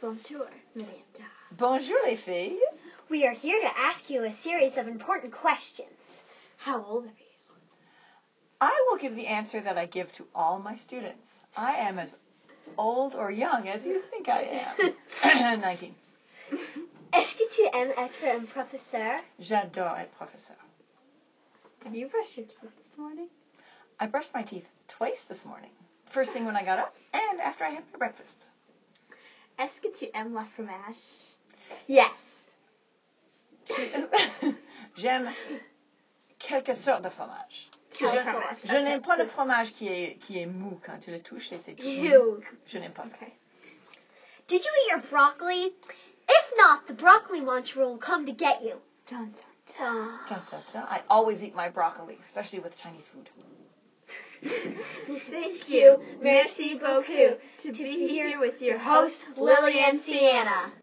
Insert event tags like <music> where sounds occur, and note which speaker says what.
Speaker 1: Bonjour, Miranda.
Speaker 2: Bonjour, les filles.
Speaker 3: We are here to ask you a series of important questions.
Speaker 1: How old are you?
Speaker 2: I will give the answer that I give to all my students. I am as old or young as you think I am. <clears throat> 19.
Speaker 1: <laughs>
Speaker 3: Est-ce que tu aimes être un professeur?
Speaker 2: J'adore être professeur.
Speaker 1: Did you brush your teeth this morning?
Speaker 2: I brushed my teeth twice this morning. First thing when I got up and after I had my breakfast.
Speaker 1: Est-ce que tu aimes la fromage?
Speaker 3: <laughs> Yes.
Speaker 2: <laughs> J'aime quelque sorte de fromage. Je,
Speaker 1: Quel fromage?
Speaker 2: je n'aime pas le fromage qui est, qui est mou quand tu le touches et c'est tout. mou.
Speaker 3: You.
Speaker 2: Je n'aime pas ça.
Speaker 1: Okay.
Speaker 3: Did you eat your broccoli? If not, the broccoli monster will come to get you.
Speaker 1: Dun, dun.
Speaker 3: Dun. <laughs>
Speaker 2: Dun, dun, dun. I always eat my broccoli, especially with Chinese food.
Speaker 1: Thank
Speaker 3: you. Merci beaucoup.
Speaker 1: To,
Speaker 3: be here
Speaker 1: with your
Speaker 3: Host Lily and Sienna.